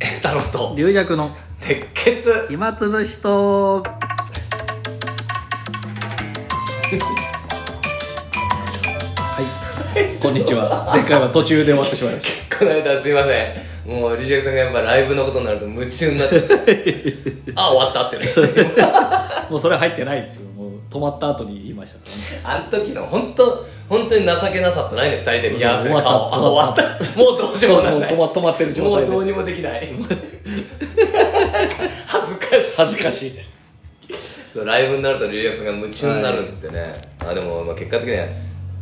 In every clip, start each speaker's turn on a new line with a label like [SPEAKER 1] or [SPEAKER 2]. [SPEAKER 1] え太郎と
[SPEAKER 2] 龍尺の
[SPEAKER 1] 鉄血
[SPEAKER 2] 暇つぶしとはいこんにちは前回は途中で終わってしまいまし
[SPEAKER 1] この間すいませんもうリジェクさんがやっぱライブのことになると夢中になって あ終わったってね
[SPEAKER 2] たもうそれ入ってないんですよもう止まった後に言いましたからね
[SPEAKER 1] あの時の本当本当に情けなさとないね二人で見合わせる顔あ
[SPEAKER 2] 終
[SPEAKER 1] 終
[SPEAKER 2] わ
[SPEAKER 1] わ
[SPEAKER 2] っ
[SPEAKER 1] ったたもうどうしようもなんない
[SPEAKER 2] 止ま止まってる状
[SPEAKER 1] もう
[SPEAKER 2] 態で
[SPEAKER 1] どうにもできない 恥ずかしい
[SPEAKER 2] 恥ずかしい
[SPEAKER 1] そうライブになるとリジェクさんが夢中になるってね、あでもまあ結果的には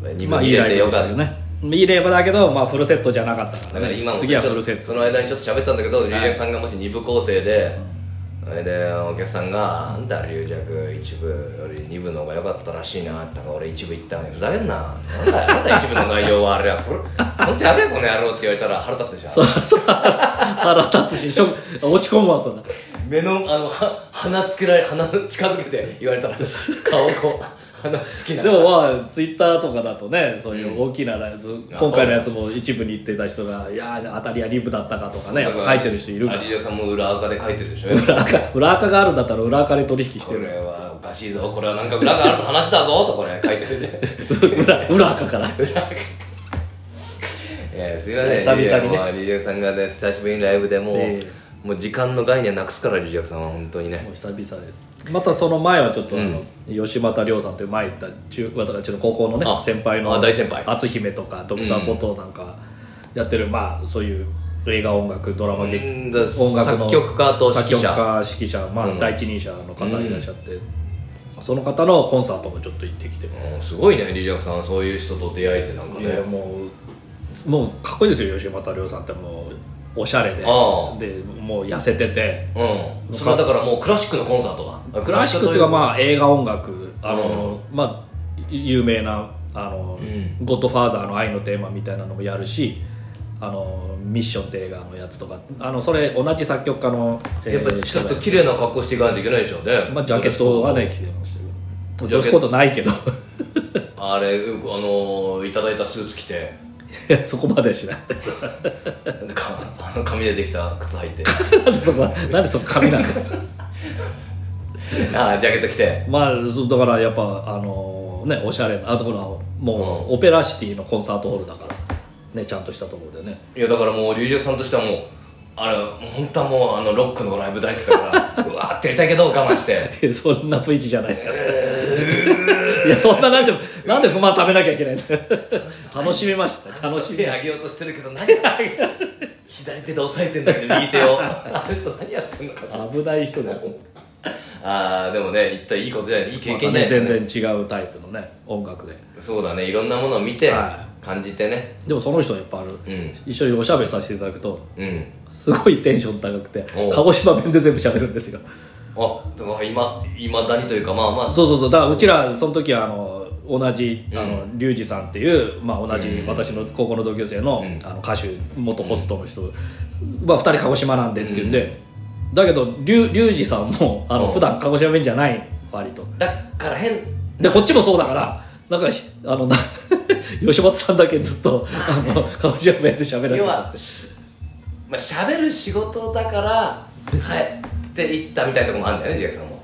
[SPEAKER 1] 2
[SPEAKER 2] まあ
[SPEAKER 1] 番
[SPEAKER 2] い
[SPEAKER 1] 見
[SPEAKER 2] い
[SPEAKER 1] れ
[SPEAKER 2] ラ
[SPEAKER 1] て
[SPEAKER 2] イブ
[SPEAKER 1] よ
[SPEAKER 2] でし
[SPEAKER 1] か
[SPEAKER 2] た
[SPEAKER 1] っ
[SPEAKER 2] け
[SPEAKER 1] た
[SPEAKER 2] どねいいレーブだけど、まあ、フルセットじゃなかったか
[SPEAKER 1] だ
[SPEAKER 2] ら
[SPEAKER 1] か
[SPEAKER 2] ね
[SPEAKER 1] ら今も
[SPEAKER 2] 次は
[SPEAKER 1] ちょ
[SPEAKER 2] フ
[SPEAKER 1] っと
[SPEAKER 2] ルセット
[SPEAKER 1] その間にちょっと喋ったんだけど龍尺さんがもし2部構成で、それでお客さんが「あんた龍尺一部より2部の方が良かったらしいな」って俺一部行ったのにふざけんななん だよあんた一部の内容はあれやこれ本当やれよこの野郎って言われたら腹立つでし
[SPEAKER 2] そ
[SPEAKER 1] ょ
[SPEAKER 2] うそう腹立つしショック落ち込むわそんな
[SPEAKER 1] 目のあのは鼻つけられ鼻近づけて言われたら顔をこう鼻つけな
[SPEAKER 2] で
[SPEAKER 1] がら
[SPEAKER 2] もまあツイッターとかだとねそういう大きなライブ、
[SPEAKER 1] あ
[SPEAKER 2] 今回のやつも一部に行ってた人が「いやー当たりやリブだったか」とかね
[SPEAKER 1] だから
[SPEAKER 2] 書いてる人いるから
[SPEAKER 1] 有吉さんも裏垢で書いてるでしょ
[SPEAKER 2] 裏垢裏垢があるんだったら裏垢で取引し
[SPEAKER 1] こ
[SPEAKER 2] てる
[SPEAKER 1] れはおかしいぞこれはなんか裏があると話だぞとこれ書いてるね
[SPEAKER 2] 裏裏垢から
[SPEAKER 1] えー、すいません
[SPEAKER 2] 久々にね
[SPEAKER 1] リリアさんがね久しぶりにライブでもう、
[SPEAKER 2] え
[SPEAKER 1] もう時間の概念なくすからリリアさんは本当にね
[SPEAKER 2] もう久々でまたその前はちょっとあの、吉俣亮さんという前行った中私の高校のね
[SPEAKER 1] あ
[SPEAKER 2] 先輩の
[SPEAKER 1] あ大先輩
[SPEAKER 2] 篤姫とかドクターコトーなんかやってる、まあそういう映画音楽ドラマ劇
[SPEAKER 1] うんだ
[SPEAKER 2] 音楽の
[SPEAKER 1] 作曲家と指揮者
[SPEAKER 2] 作曲家指揮者まあ、
[SPEAKER 1] うん
[SPEAKER 2] 第一人者の方いらっしゃって、その方のコンサートもちょっと行ってきて、
[SPEAKER 1] うんすごいねリリアさんはそういう人と出会えてなんか
[SPEAKER 2] いや
[SPEAKER 1] ね
[SPEAKER 2] もうもうかっこいいですよ吉俣亮さんってもうおしゃれでで
[SPEAKER 1] ああ
[SPEAKER 2] もう痩せてて
[SPEAKER 1] うんそれはだからもうクラシックのコンサートだ
[SPEAKER 2] クラシックっていうかまあ映画音楽あの、まあ有名なあの、
[SPEAKER 1] う
[SPEAKER 2] ゴッドファーザー」の「愛のテーマ」みたいなのもやるし「あのミッション」って映画のやつとかあのそれ同じ作曲家の、えー
[SPEAKER 1] やっぱりちょっ
[SPEAKER 2] 人
[SPEAKER 1] と
[SPEAKER 2] が
[SPEAKER 1] 綺麗な格好していかないといけないでしょうね、
[SPEAKER 2] まあ、ジャケットはね着てましたけど
[SPEAKER 1] ジャケット
[SPEAKER 2] 女子コートないけど
[SPEAKER 1] あれうあのーいただいたスーツ着て
[SPEAKER 2] そこまでしない
[SPEAKER 1] なんかあの紙でできた靴履いて
[SPEAKER 2] なんでそこなんでそこ髪なんだよ
[SPEAKER 1] ああジャケット着て
[SPEAKER 2] まあそうだからやっぱあのねおしゃれなあとほらもう、オペラシティのコンサートホールだからねちゃんとしたところでね
[SPEAKER 1] いやだからもう龍尺さんとしてはもうあれもう本当はもうあのロックのライブ大好きだから うわーってやりたいけど我慢して
[SPEAKER 2] いや そんな雰囲気じゃないですいやそんななんでなんで不満食べなきゃいけないんだよ 楽しみました楽しみ
[SPEAKER 1] 手上げようとしてるけど何左手で押さえてんだけど右手をあの人何やってんのかしら
[SPEAKER 2] 危ない人だよ、
[SPEAKER 1] あーでもね一体いいことじゃないいい経
[SPEAKER 2] ま
[SPEAKER 1] 験
[SPEAKER 2] た
[SPEAKER 1] じゃな
[SPEAKER 2] ね、
[SPEAKER 1] いです
[SPEAKER 2] 全
[SPEAKER 1] か、ね
[SPEAKER 2] 然違うタイプのね音楽で
[SPEAKER 1] そうだねいろんなものを見て、
[SPEAKER 2] は
[SPEAKER 1] 感じてね
[SPEAKER 2] でもその人はやっぱある、
[SPEAKER 1] うん
[SPEAKER 2] 一緒におしゃべりさせていただくと
[SPEAKER 1] うん
[SPEAKER 2] すごいテンション高くて
[SPEAKER 1] おう
[SPEAKER 2] 鹿児島弁で全部喋るんですよ
[SPEAKER 1] あだから今いまだにというかまあまあ
[SPEAKER 2] そうそうそうだからうちらその時はあの同じあの
[SPEAKER 1] う
[SPEAKER 2] リュウジさんっていう、まあ、同じ
[SPEAKER 1] うん
[SPEAKER 2] 私の高校の同級生
[SPEAKER 1] う
[SPEAKER 2] の,、
[SPEAKER 1] ん
[SPEAKER 2] あの歌手元ホストの人、まあ、2人鹿児島なんでって言うんで、だけどリュウリュウジさんもあの、
[SPEAKER 1] うん
[SPEAKER 2] 普段鹿児島弁じゃない割と
[SPEAKER 1] だから変
[SPEAKER 2] でこっちもそうだからなんかひあのな 吉本さんだけずっとあの鹿児島弁で喋らせ
[SPEAKER 1] 要
[SPEAKER 2] て
[SPEAKER 1] はまあ喋る仕事だから帰っていったみたいなとこもあるんだよねジェイさんも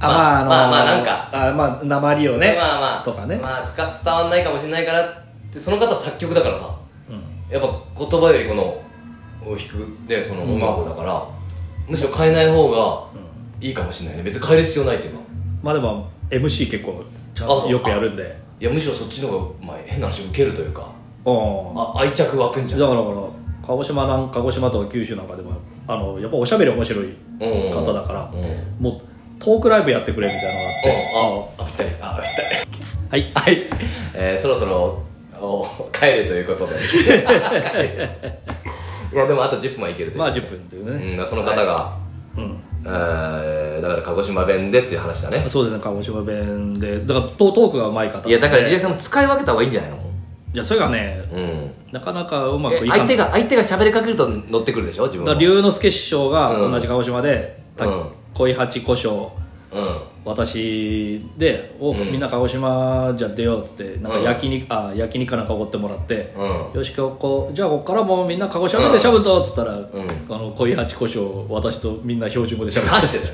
[SPEAKER 2] あまああの
[SPEAKER 1] まあまあなんか
[SPEAKER 2] あまあ鉛をね、
[SPEAKER 1] まあまあ
[SPEAKER 2] とかね、
[SPEAKER 1] まあつか伝わんないかもしれないからってその方は作曲だからさ、やっぱ言葉よりこのを弾くねその音楽だから、むしろ変えない方がいいかもしれないね別に変える必要ないっていうか
[SPEAKER 2] まあでも MC 結構ちゃん
[SPEAKER 1] あ
[SPEAKER 2] と
[SPEAKER 1] そう
[SPEAKER 2] よくやるんで
[SPEAKER 1] いやむしろそっちの方が、まあ、変な話受けるというか、
[SPEAKER 2] うん
[SPEAKER 1] あ、愛着湧くんじゃん
[SPEAKER 2] だからだから鹿児島なん鹿児島とか九州なんかでもあのやっぱおしゃべり面白い
[SPEAKER 1] うん
[SPEAKER 2] 方だから、
[SPEAKER 1] うん
[SPEAKER 2] もうトークライブやってくれみたいなの
[SPEAKER 1] あ
[SPEAKER 2] があって、
[SPEAKER 1] あぴったりあぴったり
[SPEAKER 2] はい
[SPEAKER 1] はい、えーそろそろお帰れということ でいやでもあと10分はいけるという
[SPEAKER 2] まあ10分っていうね、
[SPEAKER 1] うん、その方が、
[SPEAKER 2] うん
[SPEAKER 1] えーだから鹿児島弁でっていう話だね
[SPEAKER 2] そうですね鹿児島弁でだからトトークがうまい方
[SPEAKER 1] いやだからリ
[SPEAKER 2] い
[SPEAKER 1] リアさんも使い分けた方がいいんじゃないの
[SPEAKER 2] やそれがね
[SPEAKER 1] うん
[SPEAKER 2] なかなかうまく
[SPEAKER 1] え
[SPEAKER 2] いかな
[SPEAKER 1] 相
[SPEAKER 2] い
[SPEAKER 1] 手
[SPEAKER 2] だか
[SPEAKER 1] が相手が喋りかけると乗ってくるでしょ自分
[SPEAKER 2] ら
[SPEAKER 1] は
[SPEAKER 2] 龍之介師匠が
[SPEAKER 1] うん
[SPEAKER 2] 同じ鹿児島で、た
[SPEAKER 1] うん
[SPEAKER 2] 恋八胡椒
[SPEAKER 1] うん
[SPEAKER 2] 私でお
[SPEAKER 1] うん
[SPEAKER 2] みんな鹿児島じゃ出ようっつってなんか
[SPEAKER 1] うん
[SPEAKER 2] 焼肉、あ焼肉かなんかおごってもらって、
[SPEAKER 1] うん
[SPEAKER 2] よしここじゃあこっからもうみんな鹿児島でしゃぶとっつったら、
[SPEAKER 1] ん
[SPEAKER 2] あの恋八胡椒私とみんな標準語でしゃぶ
[SPEAKER 1] なんてだよね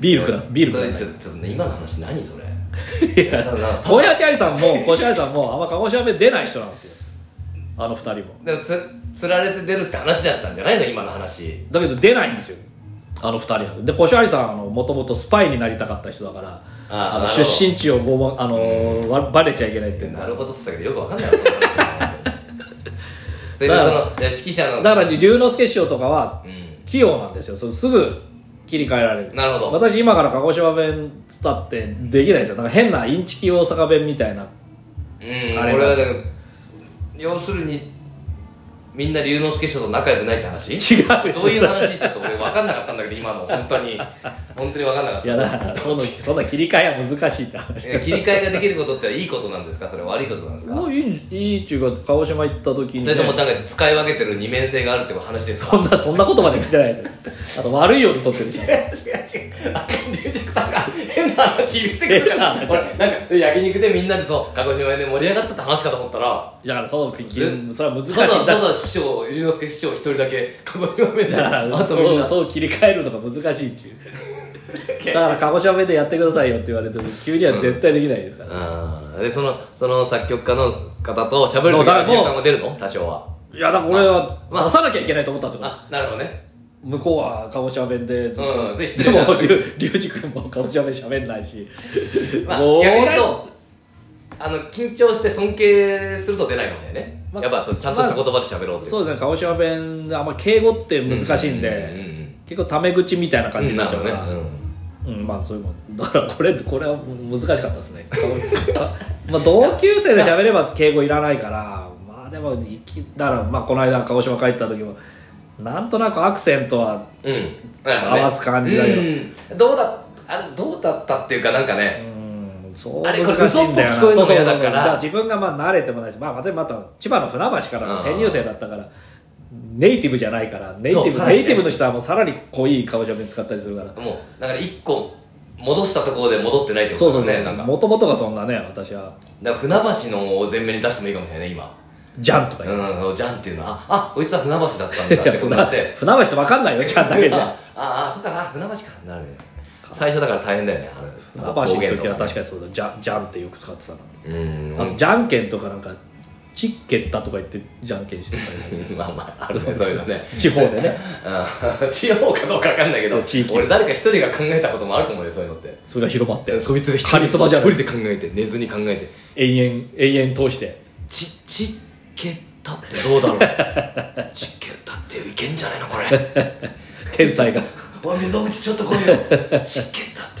[SPEAKER 2] ビールくださいビールくださ
[SPEAKER 1] それちょっとちょっとね今の話何それ
[SPEAKER 2] いいや
[SPEAKER 1] ただな
[SPEAKER 2] 小八愛さんも小八愛さんもあんま鹿児島弁出ない人なんですよあの二人も
[SPEAKER 1] でもつつられて出るって話だったんじゃないの今の話
[SPEAKER 2] だけど出ないんですよあの二人はで小八愛さんはもともとスパイになりたかった人だから
[SPEAKER 1] あー
[SPEAKER 2] あ
[SPEAKER 1] な
[SPEAKER 2] の
[SPEAKER 1] るほ
[SPEAKER 2] 出
[SPEAKER 1] ど
[SPEAKER 2] 身地をごまあのーわバレちゃいけないってんだ
[SPEAKER 1] なるほどっつったけどよくわかんないわその話 それでそのいや指揮者の
[SPEAKER 2] だから龍之介師匠とかは
[SPEAKER 1] うん
[SPEAKER 2] 器用なんですよそのすぐ切り替えられる
[SPEAKER 1] なるほど
[SPEAKER 2] 私今から鹿児島弁伝ってできないですよなんか変なインチキ大阪弁みたいな
[SPEAKER 1] うん
[SPEAKER 2] あれ
[SPEAKER 1] 俺はだから要するにみんな龍之介師匠と仲良くないって話
[SPEAKER 2] 違うよ
[SPEAKER 1] どういう話ちょっと俺分かんなかったんだけど今の本当に本当に分かんなかっ
[SPEAKER 2] い
[SPEAKER 1] た
[SPEAKER 2] やだからその そんな切り替えは難しいって話
[SPEAKER 1] え切り替えができることっていいことなんですかそれ悪いことなんですか
[SPEAKER 2] もういいいいっていうか鹿児島行った時に、
[SPEAKER 1] そ
[SPEAKER 2] ね、
[SPEAKER 1] れともなんか使い分けてる二面性があるってこと話ですか
[SPEAKER 2] そんなそんなことまで来てないですあと悪い音取ってるし
[SPEAKER 1] 違う違う違うあ龍尺さんが変な話言ってくるから
[SPEAKER 2] 変な話
[SPEAKER 1] 俺なんか焼肉でみんなでそう鹿児島で盛り上がったって話かと思ったら
[SPEAKER 2] だからその切り
[SPEAKER 1] え
[SPEAKER 2] それは難しい
[SPEAKER 1] ただ
[SPEAKER 2] だ
[SPEAKER 1] ただ師匠龍之介師匠一人だけ鹿児島弁で
[SPEAKER 2] だから
[SPEAKER 1] あとみん
[SPEAKER 2] そう
[SPEAKER 1] な
[SPEAKER 2] そう切り替えるのが難しいっていう だから鹿児島弁でやってくださいよって言われても急には絶対できないですから、
[SPEAKER 1] あーでそのその作曲家の方と喋る
[SPEAKER 2] そ
[SPEAKER 1] と
[SPEAKER 2] う
[SPEAKER 1] き
[SPEAKER 2] だ
[SPEAKER 1] は
[SPEAKER 2] からもう
[SPEAKER 1] 龍さんも出るの多少はい
[SPEAKER 2] やだから俺は
[SPEAKER 1] まあ
[SPEAKER 2] 出さなきゃいけないと思ったんですよ、
[SPEAKER 1] あなるほどね
[SPEAKER 2] 向こうは鹿児島弁でずっと、
[SPEAKER 1] うん
[SPEAKER 2] で
[SPEAKER 1] で失礼だ
[SPEAKER 2] もりゅう龍二君も鹿児島弁喋んないし、
[SPEAKER 1] まあ
[SPEAKER 2] もう
[SPEAKER 1] 逆に言うとあの緊張して尊敬すると出ないのだよね、
[SPEAKER 2] まあ
[SPEAKER 1] やっぱそうちゃんとした言葉で喋ろうっていう、
[SPEAKER 2] そうですね鹿児島弁であんま敬語って難しいんで、
[SPEAKER 1] うんうんうんうん
[SPEAKER 2] 結構タメ口みたいな感じになっちゃうから、
[SPEAKER 1] なるほどねうん
[SPEAKER 2] うん、まあそういうもんだからこれこれは難しかったです ねまあ同級生で喋れば敬語いらないからまあでもいきだからまあこの間鹿児島帰った時もなんとなくアクセントは
[SPEAKER 1] うん、
[SPEAKER 2] 合わす感じだけど
[SPEAKER 1] うんどうだあれどうだったっていうかなんか
[SPEAKER 2] う
[SPEAKER 1] ね、
[SPEAKER 2] んそう
[SPEAKER 1] あれこれ
[SPEAKER 2] 難しいんだよな
[SPEAKER 1] 嘘っぽく聞こえるのが嫌だ
[SPEAKER 2] そうそうそう
[SPEAKER 1] から
[SPEAKER 2] 自分がまあ慣れてもないしまあ私また千葉の船橋からの
[SPEAKER 1] うん
[SPEAKER 2] 転入生だったからネイティブじゃないからネイテ
[SPEAKER 1] そ
[SPEAKER 2] ィ
[SPEAKER 1] う
[SPEAKER 2] ブ
[SPEAKER 1] さらに
[SPEAKER 2] ネ
[SPEAKER 1] ね
[SPEAKER 2] イティブの人はもうさらに濃い鹿児島弁使ったりするから
[SPEAKER 1] もうだから一個戻したところで戻ってないってこ
[SPEAKER 2] そう
[SPEAKER 1] と
[SPEAKER 2] そう
[SPEAKER 1] だ
[SPEAKER 2] ね
[SPEAKER 1] よねなんか
[SPEAKER 2] もともとがそんなね私は
[SPEAKER 1] だから船橋のを前面に出してもいいかもしれないね今
[SPEAKER 2] ジャンとか言う
[SPEAKER 1] うんじゃんっていうのはああこいつは船橋だったん
[SPEAKER 2] い
[SPEAKER 1] だっ
[SPEAKER 2] や
[SPEAKER 1] てこ
[SPEAKER 2] 船
[SPEAKER 1] とになって
[SPEAKER 2] 船橋って分かんないよちゃんだけじゃ
[SPEAKER 1] あああそっかあ船橋かなるね最初だから大変だよねあれ
[SPEAKER 2] 船橋の時は
[SPEAKER 1] 方言とか
[SPEAKER 2] 確かにそうだじゃじゃんってよく使ってたの
[SPEAKER 1] うん
[SPEAKER 2] あとじゃんけんとかなんかちっけったとか言ってじゃんけんしてたり
[SPEAKER 1] うんまあまああるねそういうのね
[SPEAKER 2] 地方でね
[SPEAKER 1] うん地方かどうかわかんないけど
[SPEAKER 2] 地域
[SPEAKER 1] 俺誰か一人が考えたこともあると思うよそういうのって
[SPEAKER 2] それが広まっ て
[SPEAKER 1] そいつが一人
[SPEAKER 2] カリスマじゃない
[SPEAKER 1] 一人で考えて寝ずに考えて
[SPEAKER 2] 延々延々通して
[SPEAKER 1] ちちっけったってどうだろうちっけったっていけんじゃないのこれ
[SPEAKER 2] 天才が
[SPEAKER 1] おい溝口ちょっと来いよちっけったって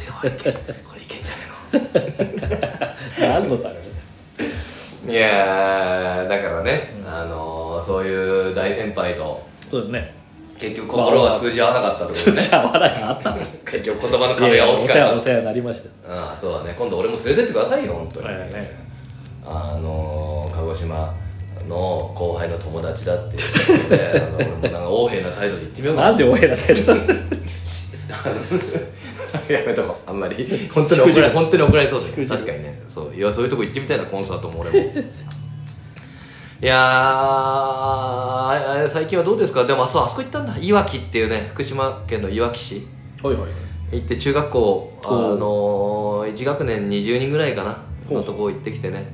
[SPEAKER 1] おいこれいけんじゃないの
[SPEAKER 2] 何のため
[SPEAKER 1] いやーだからね、あのー、そういう大先輩と
[SPEAKER 2] そうだね
[SPEAKER 1] 結局心が通じ合わなかったってことね
[SPEAKER 2] じゃあ笑いがあったの
[SPEAKER 1] 結局言葉の壁が大き
[SPEAKER 2] いやい
[SPEAKER 1] か
[SPEAKER 2] やお世話
[SPEAKER 1] っ
[SPEAKER 2] お世話になりました
[SPEAKER 1] たああそうだね今度俺も連れてってくださいよ本当に、
[SPEAKER 2] はいはいはい
[SPEAKER 1] あのー、鹿児島の後輩の友達だっていうことであの俺もなんか横柄な態度で言ってみようかな
[SPEAKER 2] なんでおへらてる
[SPEAKER 1] やめとこあんまり本当に怒ら れ本当に怒られそうだよ確かにねそういやそういうとこ行ってみたいなコンサートも俺もいやーあれ最近はどうですかでもあそうあそこ行ったんだいわきっていうね福島県のいわき市
[SPEAKER 2] はいはい
[SPEAKER 1] 行って中学校あ
[SPEAKER 2] おう
[SPEAKER 1] の1学年20人ぐらいかな
[SPEAKER 2] ほう
[SPEAKER 1] のとこ行ってきてね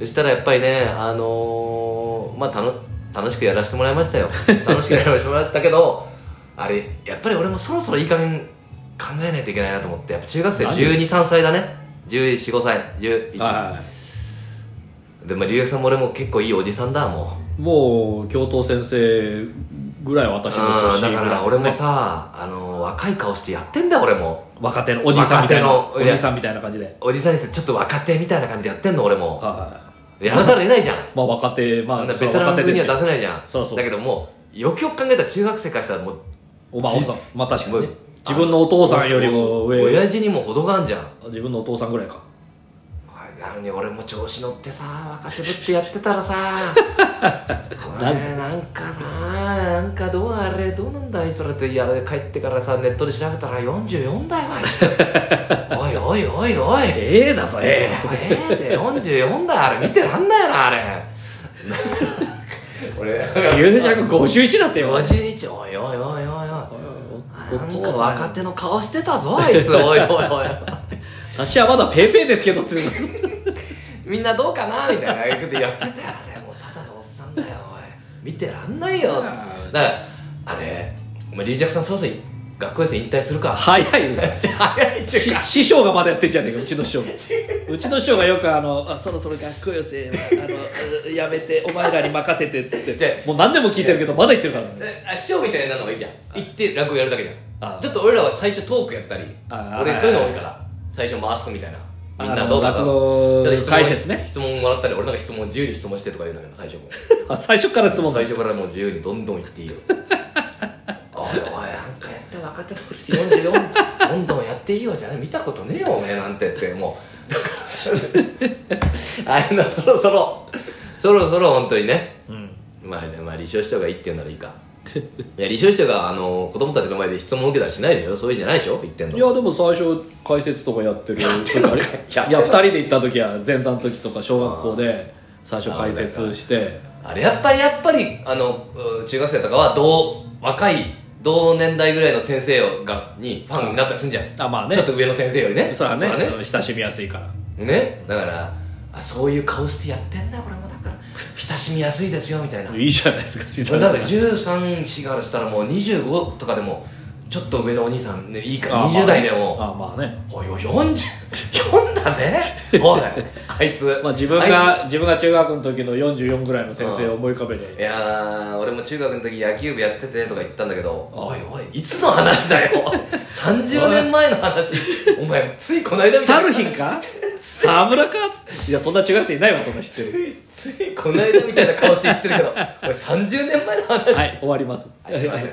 [SPEAKER 1] そしたらやっぱりねあのーまあ楽楽しくやらせてもらいま したよ楽しくやらせてもらったけどあれやっぱり俺もそろそろいい加減考えないといけないなと思ってやっぱ中学生
[SPEAKER 2] 何
[SPEAKER 1] 1 2 3歳だね1 4 5歳11、
[SPEAKER 2] は
[SPEAKER 1] でも留学さんも俺も結構いいおじさんだもう
[SPEAKER 2] いもう教頭先生ぐらい私の
[SPEAKER 1] うんだ
[SPEAKER 2] 年ぐいですね
[SPEAKER 1] から俺もさあのー若い顔してやってんだ俺も
[SPEAKER 2] 若手のお兄さんみたいな
[SPEAKER 1] 若
[SPEAKER 2] お
[SPEAKER 1] 手のいや
[SPEAKER 2] 兄さんみたいな感じで
[SPEAKER 1] おじさんってちょっと若手みたいな感じでやってんの俺も
[SPEAKER 2] は
[SPEAKER 1] やらざるを得ないじゃん。
[SPEAKER 2] いまあ若手ま
[SPEAKER 1] あ
[SPEAKER 2] あ
[SPEAKER 1] んな
[SPEAKER 2] そ
[SPEAKER 1] ベ
[SPEAKER 2] れ
[SPEAKER 1] テ
[SPEAKER 2] は
[SPEAKER 1] ラ
[SPEAKER 2] 若
[SPEAKER 1] ン
[SPEAKER 2] 手
[SPEAKER 1] 組
[SPEAKER 2] で
[SPEAKER 1] に
[SPEAKER 2] す
[SPEAKER 1] は出
[SPEAKER 2] よ
[SPEAKER 1] せないじゃん。
[SPEAKER 2] そうそう
[SPEAKER 1] だけどもう、よくよく考えたら中学生からしたらもう、
[SPEAKER 2] おまあお父さんまあ確かにね
[SPEAKER 1] もう
[SPEAKER 2] 自分のお父さんよりも上
[SPEAKER 1] 親父にも程があんじゃん。
[SPEAKER 2] 自分のお父さんぐらいか
[SPEAKER 1] はいなのに俺も調子乗ってさ若しぶってやってたらさ お前なんかさなんかどうあれどうなんだあいつらってやられ帰ってからさネットで調べたら44だよあいつ おいおいおいおいえ
[SPEAKER 2] ええだぞ
[SPEAKER 1] え
[SPEAKER 2] え
[SPEAKER 1] で44だよあれ見てらんないよなあ れ 俺
[SPEAKER 2] え951だってよマジ
[SPEAKER 1] 50日おいおいおいおいおいなんか若
[SPEAKER 2] て
[SPEAKER 1] 手の顔してたぞあ いつおいおいおい
[SPEAKER 2] 私はまだペーペーですけどつうの
[SPEAKER 1] みんなどうかなみたいなああいうことやってたよあれもうただのおっさんだよおい見てらんないよだか
[SPEAKER 2] あー
[SPEAKER 1] らあれお前リージャクさんそろそろ学校生引退するか
[SPEAKER 2] 早いよ
[SPEAKER 1] 早いっちゅう
[SPEAKER 2] し
[SPEAKER 1] か
[SPEAKER 2] 師匠がまだやってんじゃねえかうちの師匠がうちの師匠がよくあのあ「そろそろ学校寄せあの うやめてお前らに任せて」っつって
[SPEAKER 1] で
[SPEAKER 2] もう何でも聞いてるけどまだ言ってるからね
[SPEAKER 1] え あ師匠みたいなのがいいじゃん行って落語やるだけじゃ
[SPEAKER 2] あ
[SPEAKER 1] んちょっと俺らは最初トークやったり
[SPEAKER 2] あ
[SPEAKER 1] 俺
[SPEAKER 2] はい
[SPEAKER 1] そういうの多いから最初回すみたいなみん
[SPEAKER 2] あ
[SPEAKER 1] な
[SPEAKER 2] の
[SPEAKER 1] どうだった
[SPEAKER 2] 落語
[SPEAKER 1] ちょっと質問
[SPEAKER 2] 解説ね
[SPEAKER 1] 質問もらったり俺なんか質問自由に質問してとか言うんだけど最初も
[SPEAKER 2] あ最初から質問だ
[SPEAKER 1] 最初からもう自由にどんどん言って いいよおいおいなんかやって若手のくせに44どんどんやっていいよじゃね見たことねえよおめえなんてってもうだからさ ああいうのはそろそろそろそろ本当にね
[SPEAKER 2] うん
[SPEAKER 1] まあねまあ理想師匠がいいって言うならいいかいや理想師匠があの子供たちの前で質問受けたりしないでしょそういうじゃないでしょ言ってんの
[SPEAKER 2] いやでも最初解説とかやってる時あれ
[SPEAKER 1] やってんのか
[SPEAKER 2] いや2人で行った時は前座の時とか小学校で最初解説して
[SPEAKER 1] あれやっぱりやっぱりあのう中学生とかは同若い同年代ぐらいの先生をがにファンになったりすんじゃん
[SPEAKER 2] あまあね
[SPEAKER 1] ちょっと上の先生よりね
[SPEAKER 2] それはね親しみやすいから
[SPEAKER 1] ねだからあそういう顔してやってんだこれもだから親しみやすいですよみたいない
[SPEAKER 2] いじゃないですか
[SPEAKER 1] それだから13歳からしたらもう25とかでもちょっと上のお兄さんねいいから20代でも
[SPEAKER 2] あまあね
[SPEAKER 1] おいおい44だぜそうだよあいつ
[SPEAKER 2] まあ自分
[SPEAKER 1] あい
[SPEAKER 2] が自分が中学の時の44ぐらいの先生を思い浮かべりゃいい
[SPEAKER 1] ついやー俺も中学の時野球部やっててとか言ったんだけどおいおいいつの話だよ 30年前の話お前ついこの間
[SPEAKER 2] ス
[SPEAKER 1] みた
[SPEAKER 2] タ
[SPEAKER 1] いな
[SPEAKER 2] ルヒンか沢村かいやそんな中学生いないわそんな知ってる
[SPEAKER 1] ついこの間みたいな顔して言ってるけど俺30年前の話
[SPEAKER 2] はい終わります
[SPEAKER 1] はいすいません